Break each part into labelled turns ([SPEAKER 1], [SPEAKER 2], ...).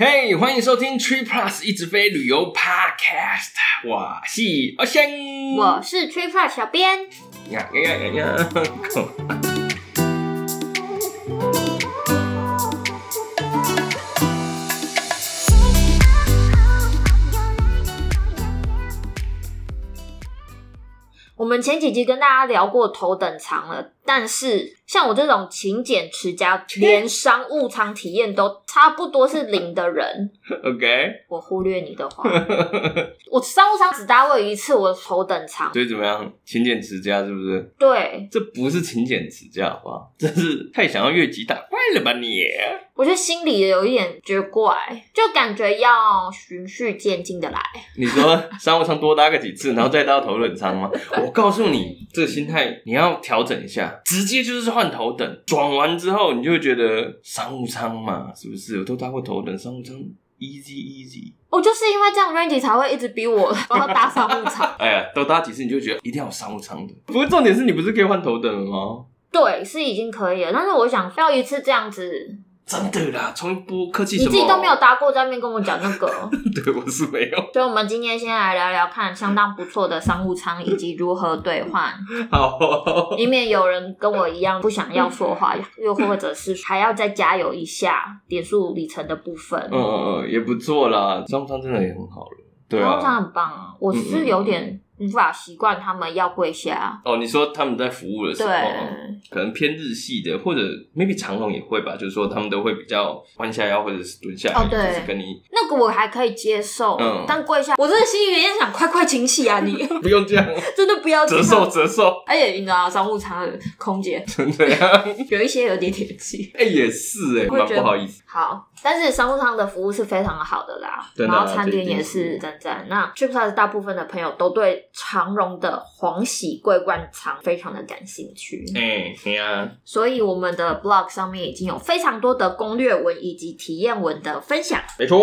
[SPEAKER 1] 嘿欢迎收听 Tree Plus 一直飞旅游 Podcast，我是阿香，
[SPEAKER 2] 我是 Tree Plus 小编，
[SPEAKER 1] 呀呀呀呀呀！
[SPEAKER 2] 我们前几集跟大家聊过头等舱了，但是像我这种勤俭持家，连商务舱体验都差不多是零的人，
[SPEAKER 1] OK，
[SPEAKER 2] 我忽略你的话，我商务舱只搭过一次我的头等舱，
[SPEAKER 1] 所以怎么样？勤俭持家是不是？
[SPEAKER 2] 对
[SPEAKER 1] 这不是勤俭持家，好不好？这是太想要越级打怪了吧你？
[SPEAKER 2] 我觉得心里有一点觉得怪，就感觉要循序渐进的来，
[SPEAKER 1] 你说商务舱多搭个几次，然后再搭头等舱吗？我告诉你，这个心态你要调整一下，直接就是换头等。转完之后，你就会觉得商务舱嘛，是不是？我都搭过头等，商务舱 easy easy。
[SPEAKER 2] 我哦就是因为这样 Randy 才会一直逼我我要搭商务 舱，
[SPEAKER 1] 哎呀，都搭几次你就觉得一定要有商务舱的。不过重点是你不是可以换头等了吗？
[SPEAKER 2] 对，是已经可以了，但是我想要一次这样子，
[SPEAKER 1] 真的啦，从一波科技
[SPEAKER 2] 你自己都没有搭过，在那边跟我讲那个。
[SPEAKER 1] 对，我是没有。
[SPEAKER 2] 所以，我们今天先来聊聊看相当不错的商务舱以及如何兑 换，
[SPEAKER 1] 好、
[SPEAKER 2] 以免有人跟我一样不想要说话， 又或者是还要再加油一下点数里程的部分。
[SPEAKER 1] 嗯嗯嗯，也不错啦，商务舱真的也很好了。对
[SPEAKER 2] 商务舱
[SPEAKER 1] 啊，
[SPEAKER 2] 很棒啊，我是有点无法习惯他们要跪下。
[SPEAKER 1] 哦，你说他们在服务的时
[SPEAKER 2] 对
[SPEAKER 1] 候，可能偏日系的，或者 maybe 长龙也会吧，就是说他们都会比较弯下腰或者是蹲下来，
[SPEAKER 2] 哦对
[SPEAKER 1] 就是跟你
[SPEAKER 2] 那个我还可以接受，
[SPEAKER 1] 嗯
[SPEAKER 2] 但跪下，我真的心里面想，快快请起啊你！
[SPEAKER 1] 不用这样
[SPEAKER 2] 真的不要
[SPEAKER 1] 折
[SPEAKER 2] 这样
[SPEAKER 1] 寿。 折寿，
[SPEAKER 2] 而且你知道，商务舱的空姐
[SPEAKER 1] 真的呀，
[SPEAKER 2] 有一些有点铁气。
[SPEAKER 1] 哎、也是哎、
[SPEAKER 2] 会
[SPEAKER 1] 蛮
[SPEAKER 2] 觉
[SPEAKER 1] 不
[SPEAKER 2] 得
[SPEAKER 1] 好意思，
[SPEAKER 2] 好，但是商务舱的服务是非常好的啦，
[SPEAKER 1] 真的啊
[SPEAKER 2] 然后餐点也
[SPEAKER 1] 这一
[SPEAKER 2] 是
[SPEAKER 1] 定
[SPEAKER 2] 赞赞。那 t r i p l u s 大部分的朋友都对长荣的黄喜桂冠舱非常的感兴趣，
[SPEAKER 1] 哎、对呀，
[SPEAKER 2] 所以我们的 blog 上面已经有非常多的攻略文以及体验文的分享，
[SPEAKER 1] 没错，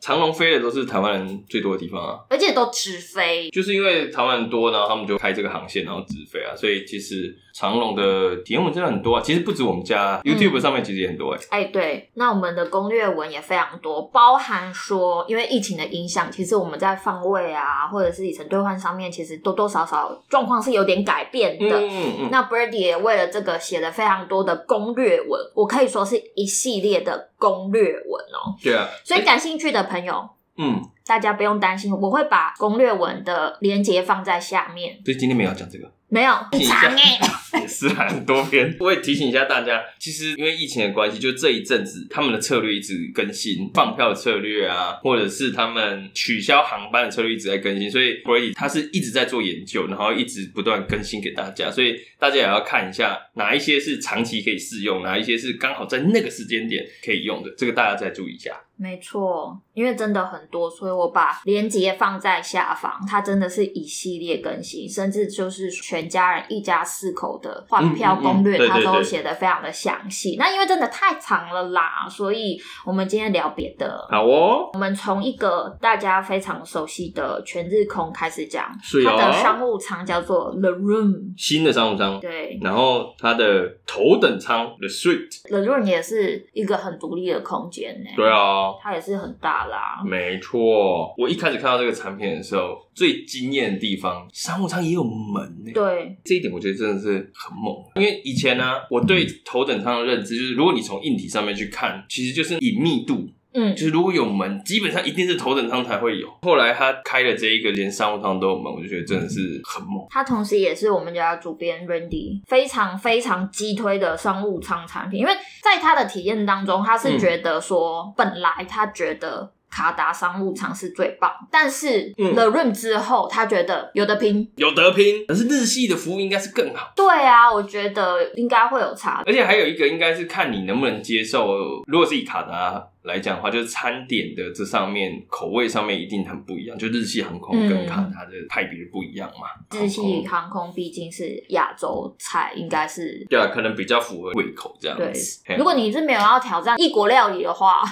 [SPEAKER 1] 长龙飞的都是台湾人最多的地方啊。
[SPEAKER 2] 而且都直飞。
[SPEAKER 1] 就是因为台湾人多，然后他们就开这个航线，然后直飞啊，所以其实长龙的体验文真的很多啊。其实不止我们家、
[SPEAKER 2] 嗯
[SPEAKER 1] YouTube 上面其实也很多哎、
[SPEAKER 2] 哎，对，那我们的攻略文也非常多，包含说，因为疫情的影响，其实我们在放位啊，或者是里程兑换上面，其实多多少少状况是有点改变的。
[SPEAKER 1] 嗯嗯，
[SPEAKER 2] 那 Brady 也为了这个写了非常多的攻略文，我可以说是一系列的攻略文哦。
[SPEAKER 1] 对啊，
[SPEAKER 2] 所以感兴趣的朋友，
[SPEAKER 1] 嗯，
[SPEAKER 2] 大家不用担心，我会把攻略文的链接放在下面。
[SPEAKER 1] 所以今天没有要讲这个，
[SPEAKER 2] 没有，
[SPEAKER 1] 提醒
[SPEAKER 2] 很
[SPEAKER 1] 一
[SPEAKER 2] 长
[SPEAKER 1] 下
[SPEAKER 2] 哎、
[SPEAKER 1] 也是啊很多篇。我也提醒一下大家，其实因为疫情的关系，就这一阵子他们的策略一直更新，放票的策略啊，或者是他们取消航班的策略一直在更新，所以 Brady 他是一直在做研究，然后一直不断更新给大家，所以大家也要看一下哪一些是长期可以适用，哪一些是刚好在那个时间点可以用的，这个大家再注意一下。
[SPEAKER 2] 没错，因为真的很多，所以我把链接放在下方。它真的是一系列更新，甚至就是全家人一家四口的换票攻
[SPEAKER 1] 嗯嗯
[SPEAKER 2] 略，
[SPEAKER 1] 嗯对
[SPEAKER 2] 它
[SPEAKER 1] 对
[SPEAKER 2] 都
[SPEAKER 1] 对
[SPEAKER 2] 写的非常的详细。那因为真的太长了啦，所以我们今天聊别的。
[SPEAKER 1] 好哦，
[SPEAKER 2] 我们从一个大家非常熟悉的全日空开始讲，
[SPEAKER 1] 是
[SPEAKER 2] 它的
[SPEAKER 1] 哦，
[SPEAKER 2] 商务舱叫做 The Room，
[SPEAKER 1] 新的商务舱。
[SPEAKER 2] 对
[SPEAKER 1] 然后它的头等舱 The Suite，
[SPEAKER 2] ，The Room 也是一个很独立的空间呢、
[SPEAKER 1] 对，啊，
[SPEAKER 2] 它也是很大啦。
[SPEAKER 1] 没错，我一开始看到这个产品的时候，最惊艳的地方，商务舱也有门呢、
[SPEAKER 2] 对，
[SPEAKER 1] 这一点我觉得真的是很猛，因为以前呢、我对头等舱的认知就是，如果你从硬体上面去看，其实就是隐密度，
[SPEAKER 2] 嗯
[SPEAKER 1] 就，是如果有门，基本上一定是头等舱才会有。后来他开了这一个，连商务舱都有门，我就觉得真的是很猛。
[SPEAKER 2] 它同时也是我们家主编 Randy 非常非常激推的商务舱产品，因为在他的体验当中，他是觉得说，本来他觉得。卡达商务舱是最棒，但是
[SPEAKER 1] 嗯
[SPEAKER 2] The Room 之后，他觉得有的拼，
[SPEAKER 1] 有得拼，可是日系的服务应该是更好，
[SPEAKER 2] 对啊，我觉得应该会有差。
[SPEAKER 1] 而且还有一个应该是看你能不能接受。如果是以卡达来讲的话，就是餐点的这上面口味上面一定很不一样，就日系航空跟
[SPEAKER 2] 嗯
[SPEAKER 1] 卡达的派别不一样嘛。
[SPEAKER 2] 日系
[SPEAKER 1] 航空
[SPEAKER 2] 航空毕竟是亚洲菜，应该是
[SPEAKER 1] 对啊，可能比较符合胃口这样
[SPEAKER 2] 对
[SPEAKER 1] 子。嘿啊
[SPEAKER 2] 如果你是没有要挑战异国料理 的话，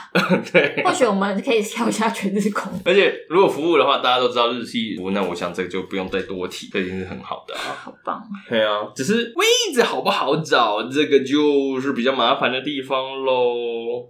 [SPEAKER 1] 对，
[SPEAKER 2] 或许我们可以挑一下全日空。
[SPEAKER 1] 而且如果服务的话，大家都知道日系服务，那我想这个就不用再多提，这已经是很好的啊。
[SPEAKER 2] 好棒！
[SPEAKER 1] 对啊，只是位置好不好找，这个就是比较麻烦的地方喽。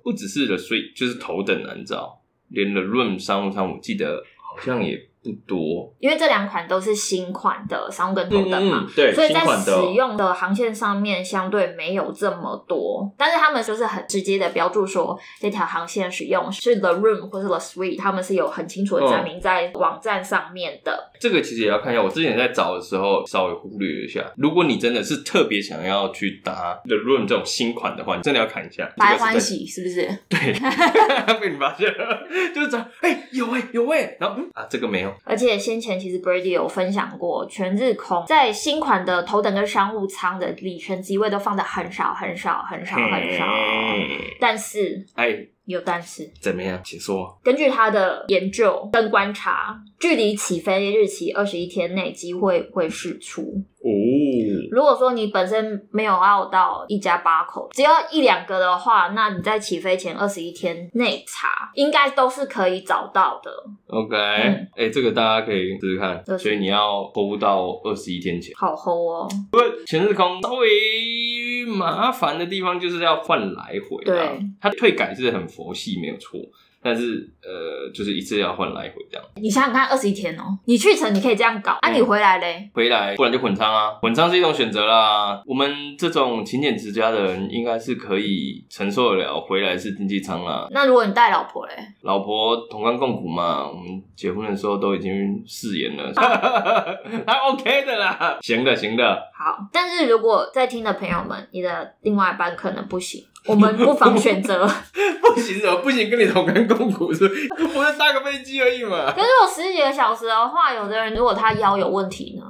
[SPEAKER 1] 不只是的，所以以就是头等难找。连 The Room 商务舱，我记得好像也不多。
[SPEAKER 2] 因为这两款都是新款的商务跟头等嘛，，
[SPEAKER 1] 嗯对，
[SPEAKER 2] 所以
[SPEAKER 1] 新
[SPEAKER 2] 在
[SPEAKER 1] 款
[SPEAKER 2] 使
[SPEAKER 1] 的哦
[SPEAKER 2] 用的航线上面相对没有这么多，但是他们就是很直接的标注说这条航线使用是 The Room 或是 The Suite，他们是有很清楚的
[SPEAKER 1] 嗯
[SPEAKER 2] 证明在网站上面的。
[SPEAKER 1] 这个其实也要看一下。我之前在找的时候稍微忽略了一下。如果你真的是特别想要去搭 The Room 这种新款的话，你真的要看一下。
[SPEAKER 3] 白
[SPEAKER 1] 这个是
[SPEAKER 3] 欢
[SPEAKER 1] 在
[SPEAKER 3] 喜是不是？
[SPEAKER 1] 对， 被你发现了，就是找哎、有哎、有哎、然后嗯啊这个没有，
[SPEAKER 2] 而且先前其实 Brady 有分享过，全日空在新款的头等跟商务舱的里程机位都放的很少很少很少很少，
[SPEAKER 1] 嗯
[SPEAKER 2] 但是
[SPEAKER 1] 哎
[SPEAKER 2] 有但是，
[SPEAKER 1] 怎么样？请说。
[SPEAKER 2] 根据他的研究跟观察，距离起飞日期二十一天内机会会释出。
[SPEAKER 1] 哦，
[SPEAKER 2] 如果说你本身没有要到一家八口，只要一两个的话，那你在起飞前二十一天内查，应该都是可以找到的。
[SPEAKER 1] OK，哎、
[SPEAKER 2] 嗯
[SPEAKER 1] 这个大家可以试试看，
[SPEAKER 2] 就是
[SPEAKER 1] 所以你要 hold 到二十一天前。
[SPEAKER 2] 好齁哦，
[SPEAKER 1] 全日空稍微麻烦的地方就是要换来回啦
[SPEAKER 2] 对，
[SPEAKER 1] 它退改是很佛系，没有错。但是呃，就是一次要换来回这样，
[SPEAKER 2] 你想想看，二十一天哦，你去程你可以这样搞，啊，
[SPEAKER 1] 嗯
[SPEAKER 2] 你回来嘞，
[SPEAKER 1] 回来不然就混仓啊，混仓是一种选择啦。我们这种勤俭持家的人，应该是可以承受得了回来是经济舱啦。
[SPEAKER 2] 那如果你带老婆嘞，
[SPEAKER 1] 老婆同甘共苦嘛，我们结婚的时候都已经誓言 了，他 OK 的啦，行的行的，
[SPEAKER 2] 好，但是如果在听的朋友们，你的另外一半可能不行，我们不妨选择。
[SPEAKER 1] 不行怎么不行？跟你同甘共苦是不是，我就搭个飞机而已嘛
[SPEAKER 2] 可。是我十几个小时的话，有的人如果他腰有问题呢，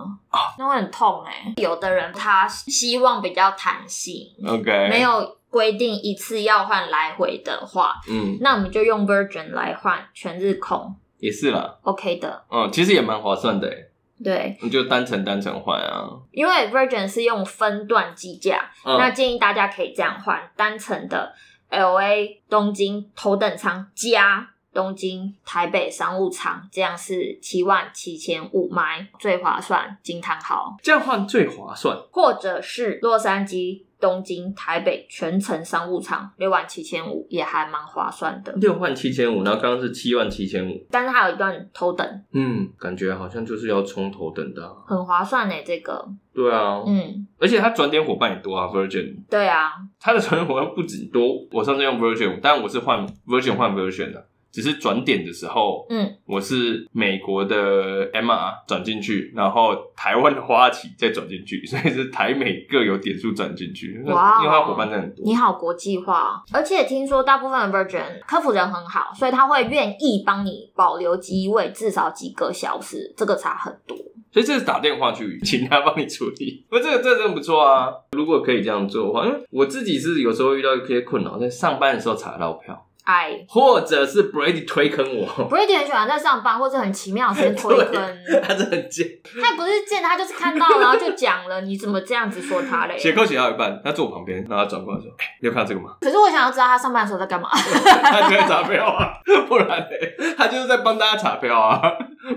[SPEAKER 2] 那会很痛哎、有的人他希望比较弹性，
[SPEAKER 1] OK，
[SPEAKER 2] 没，有规定一次要换来回的话，
[SPEAKER 1] 嗯，
[SPEAKER 2] 那我们就用 Virgin 来换全日空
[SPEAKER 1] 也是啦，
[SPEAKER 2] ，OK 的。
[SPEAKER 1] 嗯，其实也蛮划算的欸，
[SPEAKER 2] 对，
[SPEAKER 1] 你就单程单程换啊。
[SPEAKER 2] 因为 Virgin 是用分段计价，
[SPEAKER 1] 嗯、
[SPEAKER 2] 那建议大家可以这样换单程的 LA 东京头等舱加东京台北商务舱，这样是七万七千五买最划算，惊叹号！
[SPEAKER 1] 这样换最划算。
[SPEAKER 2] 或者是洛杉矶、东京、台北全程商务舱六万七千五，也还蛮划算的。
[SPEAKER 1] 六万七千五，然后刚刚是七万七千五，
[SPEAKER 2] 但是它有一段头等，
[SPEAKER 1] 嗯，感觉好像就是要冲头等的啊、
[SPEAKER 2] 很划算呢、欸这个，
[SPEAKER 1] 对啊，
[SPEAKER 2] 嗯，
[SPEAKER 1] 而且它转点伙伴也多啊，Virgin
[SPEAKER 2] 对啊，
[SPEAKER 1] 它的存活不止多，我上次用 Virgin，但我是换 Virgin 换 Virgin 的，只是转点的时候，
[SPEAKER 2] 嗯，
[SPEAKER 1] 我是美国的 MR 转进去，然后台湾的花旗再转进去， 所以是台美各有点数转进去，
[SPEAKER 2] 哇哦
[SPEAKER 1] 因为它伙伴真的很
[SPEAKER 2] 你
[SPEAKER 1] 多。
[SPEAKER 2] 好国际化哦，而且听说大部分的 Virgin 客服人很好，所以他会愿意帮你保留机位至少几个小时，这个差很多。
[SPEAKER 1] 所以这是打电话去请他帮你处理， 不，这个这个真的不错啊。如果可以这样做的话，因为我自己是有时候遇到一些困扰，在上班的时候查得到票，
[SPEAKER 2] 哎
[SPEAKER 1] 或者是 Brady 推坑我，
[SPEAKER 2] ，Brady 很喜欢在上班或者很奇妙的时间推坑，
[SPEAKER 1] 他真的很贱。
[SPEAKER 2] 他也不是见他就是看到然后就讲了，你怎么这样子说他嘞？
[SPEAKER 1] 写扣写到一半，他坐我旁边，然后他转过来说：“哎、你有看到这个吗
[SPEAKER 2] 可是我想要知道他上班的时候在干嘛。？”
[SPEAKER 1] 他就在查票啊，不然嘞，他就是在帮大家查票啊，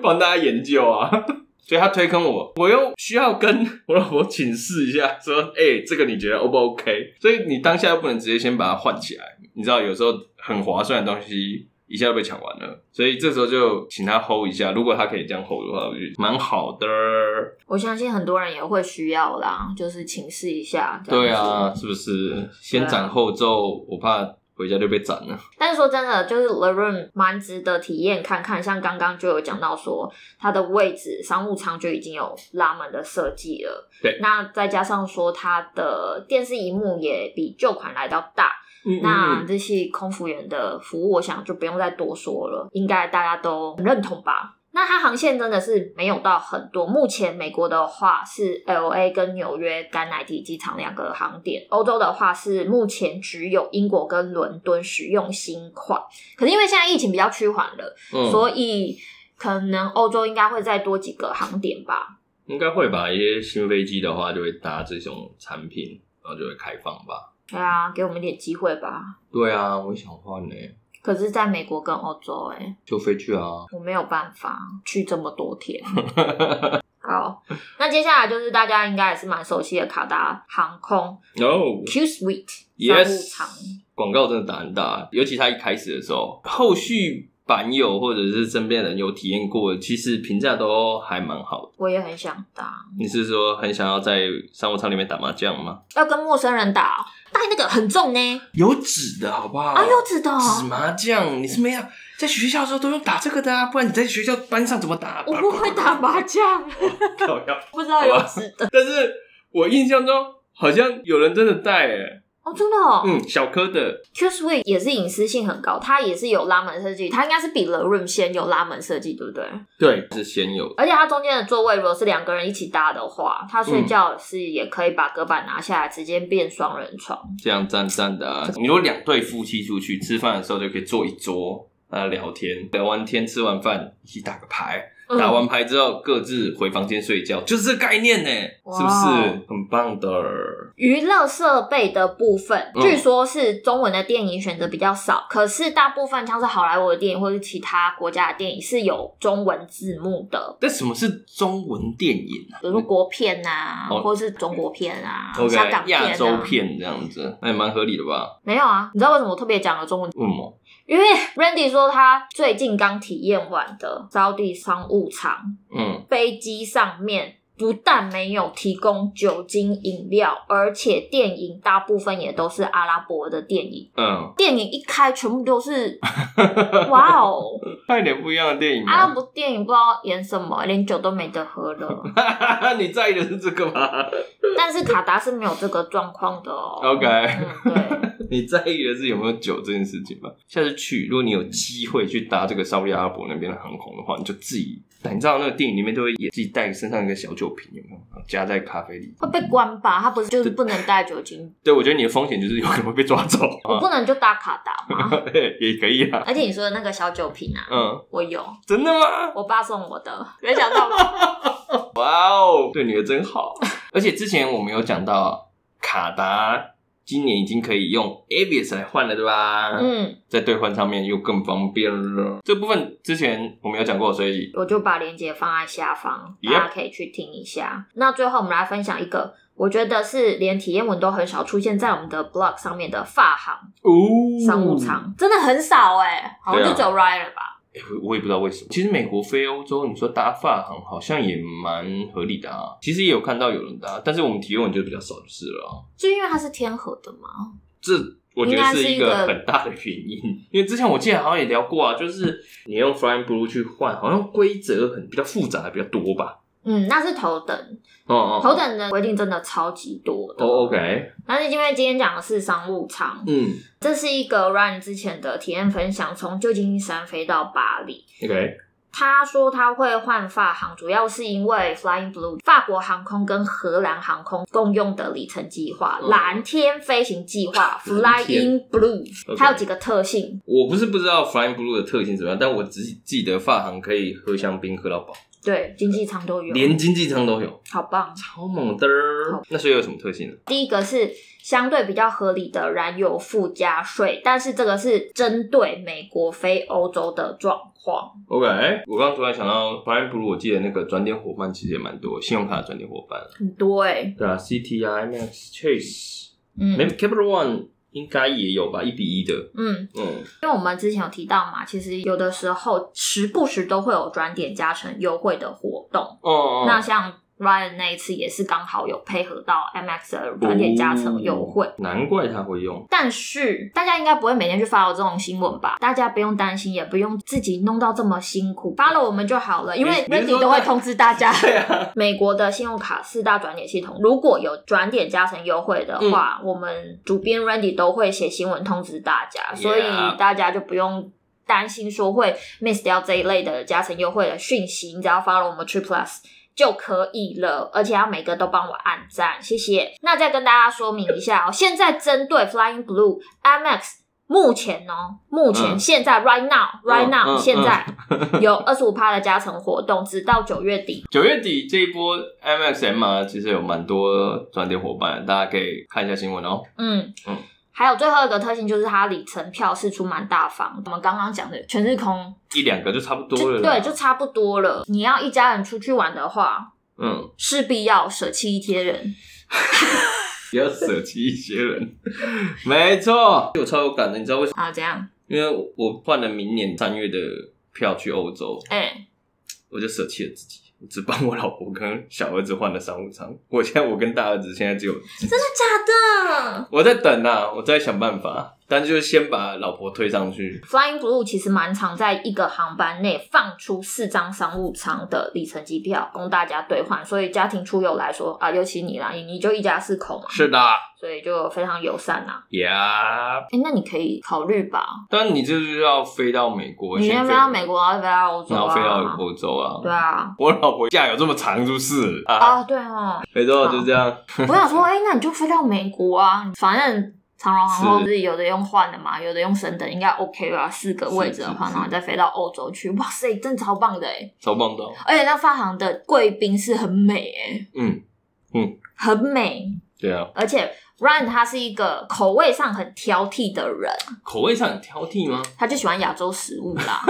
[SPEAKER 1] 帮大家研究啊。所以他推坑我，我又需要跟我老婆请示一下，说：“哎、这个你觉得 O 不 OK？” 所以你当下又不能直接先把它换起来，你知道有时候很划算的东西一下就被抢完了，所以这时候就请他 hold 一下。如果他可以这样 hold 的话，我觉得蛮好的。
[SPEAKER 2] 我相信很多人也会需要啦，就是请示一下。这样子
[SPEAKER 1] 对啊，，是不是先斩后奏？我怕回家就被斩了。
[SPEAKER 2] 但是说真的，就是 l a r o n 蛮值得体验看看。像刚刚就有讲到说，它的位置商务舱就已经有拉门的设计了。
[SPEAKER 1] 对
[SPEAKER 2] 那再加上说它的电视荧幕也比旧款来到大，
[SPEAKER 1] 嗯
[SPEAKER 2] 那这些空服员的服务，我想就不用再多说了，应该大家都很认同吧。那它航线真的是没有到很多，目前美国的话是 L A 跟纽约甘乃迪机场两个航点，欧洲的话是目前只有英国跟伦敦使用新款，可是因为现在疫情比较趋缓了，
[SPEAKER 1] 嗯
[SPEAKER 2] 所以可能欧洲应该会再多几个航点吧。
[SPEAKER 1] 应该会吧。一些新飞机的话，就会搭这种产品，然后就会开放吧。
[SPEAKER 2] 对啊，给我们一点机会吧。
[SPEAKER 1] 对啊，我想换呢、
[SPEAKER 2] 可是，在美国跟欧洲、欸，哎，
[SPEAKER 1] 就飞去啊。
[SPEAKER 2] 我没有办法去这么多天。 好，那接下来就是大家应该也是蛮熟悉的卡达航空
[SPEAKER 1] 哦
[SPEAKER 2] Q Suite 商务
[SPEAKER 1] yes，
[SPEAKER 2] 舱。
[SPEAKER 1] 广告真的打很大，尤其他一开始的时候，后续。版友或者是身边人有体验过，其实评价都还蛮好的。
[SPEAKER 2] 我也很想打，
[SPEAKER 1] 你是说很想要在商务舱里面打麻将吗？
[SPEAKER 2] 要跟陌生人打哦，带那个很重呢，
[SPEAKER 1] 有纸的好不好？
[SPEAKER 2] 啊，柚子的哦，
[SPEAKER 1] 纸麻将，你是没有在学校的时候都用打这个的啊，不然你在学校班上怎么打？啊
[SPEAKER 2] 我 不会打麻将，
[SPEAKER 1] 靠腰
[SPEAKER 2] 不知道有纸的
[SPEAKER 1] 但是我印象中好像有人真的带诶、
[SPEAKER 2] 哦，真的哦。
[SPEAKER 1] 嗯，小颗的，
[SPEAKER 2] Q Suite 也是隐私性很高，它也是有拉门设计，它应该是比 The Room 先有拉门设计，对不对？
[SPEAKER 1] 对，是先有的。
[SPEAKER 2] 而且它中间的座位如果是两个人一起搭的话，他
[SPEAKER 1] 嗯
[SPEAKER 2] 睡觉是也可以把隔板拿下来，直接变双人床。
[SPEAKER 1] 这样站站的、啊。你如果两对夫妻出去吃饭的时候，就可以坐一桌，啊聊天，聊完天吃完饭一起打个牌，
[SPEAKER 2] 嗯
[SPEAKER 1] 打完牌之后各自回房间睡觉，就是这概念呢，欸
[SPEAKER 2] 哇
[SPEAKER 1] 是不是很棒的？
[SPEAKER 2] 娱乐设备的部分，
[SPEAKER 1] 嗯
[SPEAKER 2] 据说是中文的电影选择比较少，可是大部分像是好莱坞的电影或是其他国家的电影是有中文字幕的，
[SPEAKER 1] 但什么是中文电影啊？
[SPEAKER 2] 比如说国片呐、
[SPEAKER 1] 哦
[SPEAKER 2] 或是中国片啊、
[SPEAKER 1] OK，
[SPEAKER 2] 香港片
[SPEAKER 1] 亚洲
[SPEAKER 2] 啊。
[SPEAKER 1] 片这样子，那也蛮合理的吧？
[SPEAKER 2] 没有啊，你知道为什么我特别讲了中文？
[SPEAKER 1] 为什么？
[SPEAKER 2] 因为 Randy 说他最近刚体验完的招地商务舱，
[SPEAKER 1] 嗯，
[SPEAKER 2] 飞机上面不但没有提供酒精饮料，而且电影大部分也都是阿拉伯的电影。
[SPEAKER 1] 嗯，
[SPEAKER 2] 电影一开，全部都是，哇哦！
[SPEAKER 1] 看一点不一样的电影啊
[SPEAKER 2] 阿拉
[SPEAKER 1] 吗？
[SPEAKER 2] 伯电影不知道演什么，连酒都没得喝了。啊
[SPEAKER 1] 你在意的是这个吗
[SPEAKER 2] 但是卡达是没有这个状况的哦。
[SPEAKER 1] ？OK，、
[SPEAKER 2] 嗯，对，
[SPEAKER 1] 你在意的是有没有酒这件事情吧？下次去，如果你有机会去搭这个沙特阿拉伯那边的航空的话，你就自己带，你知道那个电影里面都会演，自己带身上一个小酒瓶，有没有？加在咖啡里。
[SPEAKER 2] 会被关吧？他不是就是不能带酒 精，
[SPEAKER 1] 对，我觉得你的风险就是有可能会被 抓走，
[SPEAKER 2] 我不能就搭卡达 嘛。
[SPEAKER 1] 也可以啊。
[SPEAKER 2] 而且你说的那个小酒瓶啊，
[SPEAKER 1] 嗯，
[SPEAKER 2] 我有，
[SPEAKER 1] 真的吗？
[SPEAKER 2] 我爸送我的，没想到吧？
[SPEAKER 1] 哇哦，对女儿真好。 而且之前我们有讲到卡达。今年已经可以用 Avis 来换了，对吧？，
[SPEAKER 2] 嗯，
[SPEAKER 1] 在兑换上面又更方便了。这部分之前我们有讲过，所以
[SPEAKER 2] 我就把链接放在下方，
[SPEAKER 1] Yep
[SPEAKER 2] 大家可以去听一下。那最后我们来分享一个，我觉得是连体验文都很少出现在我们的 blog 上面的发行
[SPEAKER 1] 哦，
[SPEAKER 2] 商务舱，真的很少哎、好像
[SPEAKER 1] 嗯对啊
[SPEAKER 2] 就只有 Ryan 吧。
[SPEAKER 1] 欸我我也不知道为什么。其实美国飞欧洲，你说搭发航好像也蛮合理的啊。其实也有看到有人搭，但是我们体验就比较少就是了啊、
[SPEAKER 2] 就因为它是天河的嘛，
[SPEAKER 1] 这我觉得
[SPEAKER 2] 应该
[SPEAKER 1] 是
[SPEAKER 2] 是一
[SPEAKER 1] 一
[SPEAKER 2] 个
[SPEAKER 1] 个很大的原因，因为之前我记得好像也聊过啊，就是你用 Flying Blue 去换，好像规则很比较复杂，比较多吧？
[SPEAKER 2] 嗯，那是头等，
[SPEAKER 1] 哦哦，
[SPEAKER 2] 头等的规定真的超级多的。
[SPEAKER 1] 哦，OK，
[SPEAKER 2] 但是因为今天讲的是商务舱，
[SPEAKER 1] 嗯
[SPEAKER 2] 这是一个 Ryan 之前的体验分享，从旧金山飞到巴黎。
[SPEAKER 1] ，OK，
[SPEAKER 2] 他说他会换发航，主要是因为 Flying Blue 法国航空跟荷兰航空共用的里程计划、
[SPEAKER 1] 嗯
[SPEAKER 2] 蓝天飞行计划
[SPEAKER 1] 蓝天
[SPEAKER 2] Flying Blue，
[SPEAKER 1] OK
[SPEAKER 2] 它有几个特性。
[SPEAKER 1] 我不是不知道 Flying Blue 的特性怎么样，但我只记得发航可以喝香槟喝到饱，
[SPEAKER 2] 对，经济舱都有，
[SPEAKER 1] 连经济舱都有，
[SPEAKER 2] 好棒！
[SPEAKER 1] 超猛的儿。
[SPEAKER 2] 好
[SPEAKER 1] 那所以有什么特性呢？
[SPEAKER 2] 第一个是相对比较合理的燃油附加税，但是这个是针对美国飞欧洲的状况。
[SPEAKER 1] OK，我哎刚刚突然想到 f l y i n Blue，我记得那个转点伙伴其实也蛮多，信用卡的转点啊伙伴，
[SPEAKER 2] 很多哎、
[SPEAKER 1] 对啊，CT 啊，IMAX、Chase，
[SPEAKER 2] 嗯
[SPEAKER 1] 没、Capital One 应该也有吧，一比一的，
[SPEAKER 2] 嗯，
[SPEAKER 1] 嗯，
[SPEAKER 2] 因为我们之前有提到嘛，其实有的时候时不时都会有转点加成优惠的活动。
[SPEAKER 1] 哦哦，
[SPEAKER 2] 那像 Ryan 那一次也是刚好有配合到 MX 的转点加成优惠。
[SPEAKER 1] 哦难怪他会用，
[SPEAKER 2] 但是大家应该不会每天去发我这种新闻吧？大家不用担心，也不用自己弄到这么辛苦，发了我们就好了，因为
[SPEAKER 1] 你你是说
[SPEAKER 2] Randy 都会通知大家。
[SPEAKER 1] 对啊，
[SPEAKER 2] 美国的信用卡四大转点系统，如果有转点加成优惠的话，
[SPEAKER 1] 嗯
[SPEAKER 2] 我们主编 Randy 都会写新闻通知大家
[SPEAKER 1] Yeah
[SPEAKER 2] 所以大家就不用担心说会 miss 掉这一类的加成优惠的讯息，你只要 follow 我们 Trip Plus。就可以了，而且要每个都帮我按赞，谢谢。那再跟大家说明一下哦，现在针对 Flying Blue IMAX，目前哦，目前
[SPEAKER 1] 嗯
[SPEAKER 2] 现在 right now right
[SPEAKER 1] 嗯
[SPEAKER 2] now、
[SPEAKER 1] 嗯
[SPEAKER 2] 现在有二十五趴的加成活动，直到九月底
[SPEAKER 1] 九月底这一波 MXM 啊，其实有蛮多转点伙伴，大家可以看一下新闻哦。
[SPEAKER 2] 嗯
[SPEAKER 1] 嗯，
[SPEAKER 2] 还有最后一个特性就是它里程票是出蛮大方的，我们刚刚讲的全日空，
[SPEAKER 1] 一两个就差不多了
[SPEAKER 2] 就
[SPEAKER 1] 啦，
[SPEAKER 2] 对，就差不多了。你要一家人出去玩的话，
[SPEAKER 1] 嗯，
[SPEAKER 2] 势必要舍弃一些人。
[SPEAKER 1] 不要舍弃一些人。 没错，我超有感的，你知道为什么？
[SPEAKER 2] 啊，这样，
[SPEAKER 1] 因为我换了明年三月的票去欧洲，
[SPEAKER 2] 哎、
[SPEAKER 1] 我就舍弃了自己，我只帮我老婆跟小儿子换了商务舱。我现在我跟大儿子现在只有
[SPEAKER 2] 真的假的
[SPEAKER 1] 我在等啊，我在想办法，但就是先把老婆推上去。
[SPEAKER 2] ？Flying Blue 其实蛮常在一个航班内放出四张商务舱的里程机票供大家兑换，所以家庭出游来说啊，尤其你啦，你你就一家四口嘛，
[SPEAKER 1] 是的，
[SPEAKER 2] 所以就非常友善啦。
[SPEAKER 1] 呀、
[SPEAKER 2] 哎、那你可以考虑吧，
[SPEAKER 1] 但你就是要飞到美国，
[SPEAKER 2] 你
[SPEAKER 1] 先
[SPEAKER 2] 先飞到美，国，然后飞到欧洲
[SPEAKER 1] 然后
[SPEAKER 2] 啊，
[SPEAKER 1] 飞到欧洲啊。
[SPEAKER 2] 对啊，
[SPEAKER 1] 我老婆假有这么长，是不是啊？
[SPEAKER 2] 啊对哦，
[SPEAKER 1] 没错，就这样。
[SPEAKER 2] 我想说，哎、那你就飞到美国啊，反正。长荣航空
[SPEAKER 1] 是
[SPEAKER 2] 就是有的用换的嘛，有的用升等，应该 OK 吧？四个位置的话，
[SPEAKER 1] 是是是
[SPEAKER 2] 然后再飞到欧洲去，哇塞，真的超棒的哎！
[SPEAKER 1] 超棒的哦，
[SPEAKER 2] 而且那发行的贵宾是很美哎、
[SPEAKER 1] 嗯，
[SPEAKER 2] 很美，
[SPEAKER 1] 对啊，
[SPEAKER 2] 而且 Ryan 他是一个口味上很挑剔的人，
[SPEAKER 1] 口味上很挑剔吗？
[SPEAKER 2] 他就喜欢亚洲食物啦。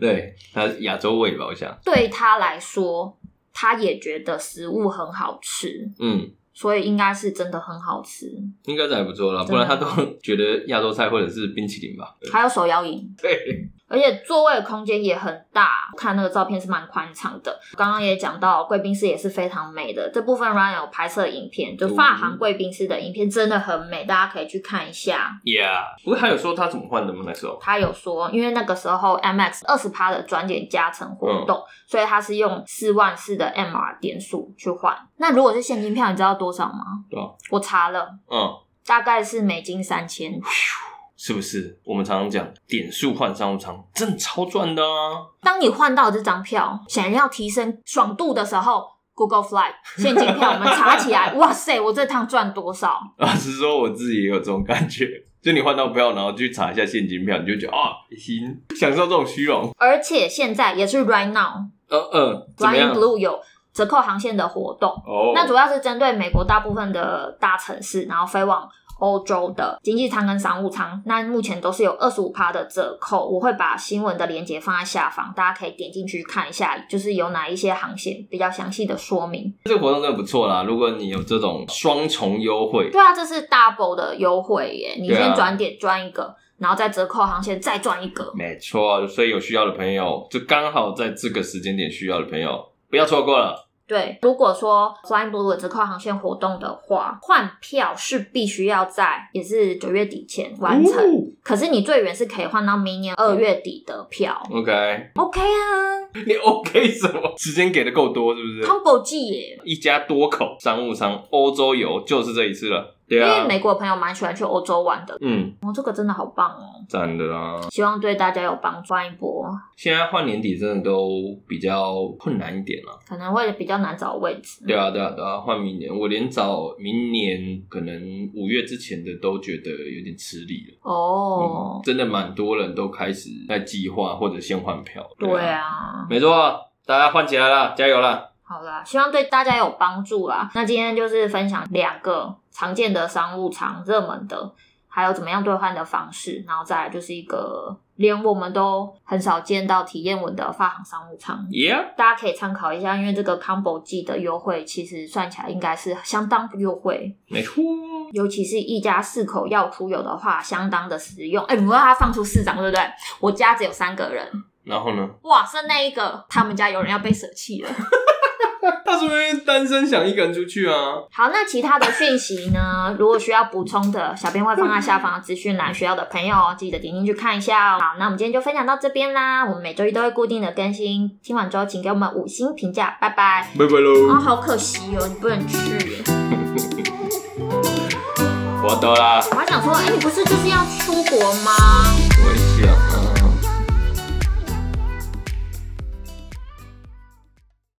[SPEAKER 1] 对，他亚洲味吧，我想，
[SPEAKER 2] 对他来说，他也觉得食物很好吃，
[SPEAKER 1] 嗯，
[SPEAKER 2] 所以应该是真的很好吃。
[SPEAKER 1] 应该是还不错啦，
[SPEAKER 2] 真的
[SPEAKER 1] 不然他都觉得亚洲菜或者是冰淇淋吧。
[SPEAKER 2] 还有手摇饮，
[SPEAKER 1] 对，
[SPEAKER 2] 而且座位的空间也很大，看那个照片是蛮宽敞的。刚刚也讲到贵宾室也是非常美的，这部分 Ryan 有拍摄影片，就发行贵宾室的影片真的很美，大家可以去看一下。
[SPEAKER 1] 呀，不过他有说他怎么换的吗？那时候，
[SPEAKER 2] 他有说，因为那个时候 MX 二十趴的转点加成活动，所以他是用四万四的 MR 点数去换。那如果是现金票，你知道多少吗？
[SPEAKER 1] 对啊，
[SPEAKER 2] 我查了，
[SPEAKER 1] 嗯，
[SPEAKER 2] 大概是美金三千。
[SPEAKER 1] 是不是？我们常常讲点数换商务舱，真的超赚的啊！
[SPEAKER 2] 当你换到这张票，想要提升爽度的时候，Google Fly 现金票我们查起来，哇塞，我这趟赚多少？
[SPEAKER 1] 老实说，我自己也有这种感觉。就你换到票，然后去查一下现金票，你就觉得啊，行，享受这种虚荣。
[SPEAKER 2] 而且现在也是 Right Now，Flying
[SPEAKER 1] 嗯嗯，怎么样？
[SPEAKER 2] Blue 有折扣航线的活动。
[SPEAKER 1] 哦，
[SPEAKER 2] 那主要是针对美国大部分的大城市，然后飞往欧洲的经济舱跟商务舱，那目前都是有二十五趴的折扣。我会把新闻的链接放在下方，大家可以点进去看一下，就是有哪一些航线比较详细的说明。
[SPEAKER 1] 这个活动真的不错啦。如果你有这种双重优惠，
[SPEAKER 2] 对啊，这是 double 的优惠耶！你
[SPEAKER 1] 对啊
[SPEAKER 2] 先转点赚一个，然后再折扣航线再赚一个。
[SPEAKER 1] 没错，啊所以有需要的朋友，就刚好在这个时间点需要的朋友，不要错过了。
[SPEAKER 2] 对，如果说 Flying Blue 的折扣航线活动的话，换票是必须要在也是九月底前完成。
[SPEAKER 1] 哦
[SPEAKER 2] 可是你最远是可以换到明年二月底的票。
[SPEAKER 1] 哦 OK，
[SPEAKER 2] OK 啊
[SPEAKER 1] 你 OK 什么？时间给的够多，是不是？
[SPEAKER 2] ，combo 季耶，
[SPEAKER 1] 一家多口商务舱欧洲游就是这一次了，对
[SPEAKER 2] 因为
[SPEAKER 1] 啊，
[SPEAKER 2] 美国的朋友蛮喜欢去欧洲玩的，
[SPEAKER 1] 嗯，
[SPEAKER 2] 哦，这个真的好棒哦，
[SPEAKER 1] 真的啦。
[SPEAKER 2] 希望对大家有帮助。换一波
[SPEAKER 1] 现在换年底真的都比较困难一点啦。啊
[SPEAKER 2] 可能会比较难找位置，
[SPEAKER 1] 对啊，对啊，对啊，换明年，我连找明年可能五月之前的都觉得有点吃力了。
[SPEAKER 2] 哦
[SPEAKER 1] 嗯，，真的蛮多人都开始在计划或者先换票。
[SPEAKER 2] 对啊，
[SPEAKER 1] 没错，大家换起来了，加油啦！
[SPEAKER 2] 好啦，希望对大家有帮助啦。那今天就是分享两个常见的商务舱热门的，还有怎么样兑换的方式，然后再来就是一个连我们都很少见到体验文的发行商务舱。
[SPEAKER 1] 耶、
[SPEAKER 2] 大家可以参考一下，因为这个 combo 季的优惠其实算起来应该是相当优惠，
[SPEAKER 1] 没错，
[SPEAKER 2] 尤其是一家四口要出游的话，相当的实用。哎、你们他放出四张对不对？我家只有三个人，
[SPEAKER 1] 然后呢？
[SPEAKER 2] 哇，剩那一个，他们家有人要被舍弃了。啊
[SPEAKER 1] 他是不是单身想一个人出去啊？
[SPEAKER 2] 好，那其他的讯息呢？ 如果需要补充的，小编会放在下方的资讯栏，需要的朋友哦记得点进去看一下哦。好，那我们今天就分享到这边啦，我们每周一都会固定的更新，听完之后请给我们五星评价，拜拜。
[SPEAKER 1] 拜拜喽
[SPEAKER 2] 哦，好可惜哦，你不能去耶。
[SPEAKER 1] 我要走啦。
[SPEAKER 2] 我还想说，哎、你不是就是要出国吗？嗯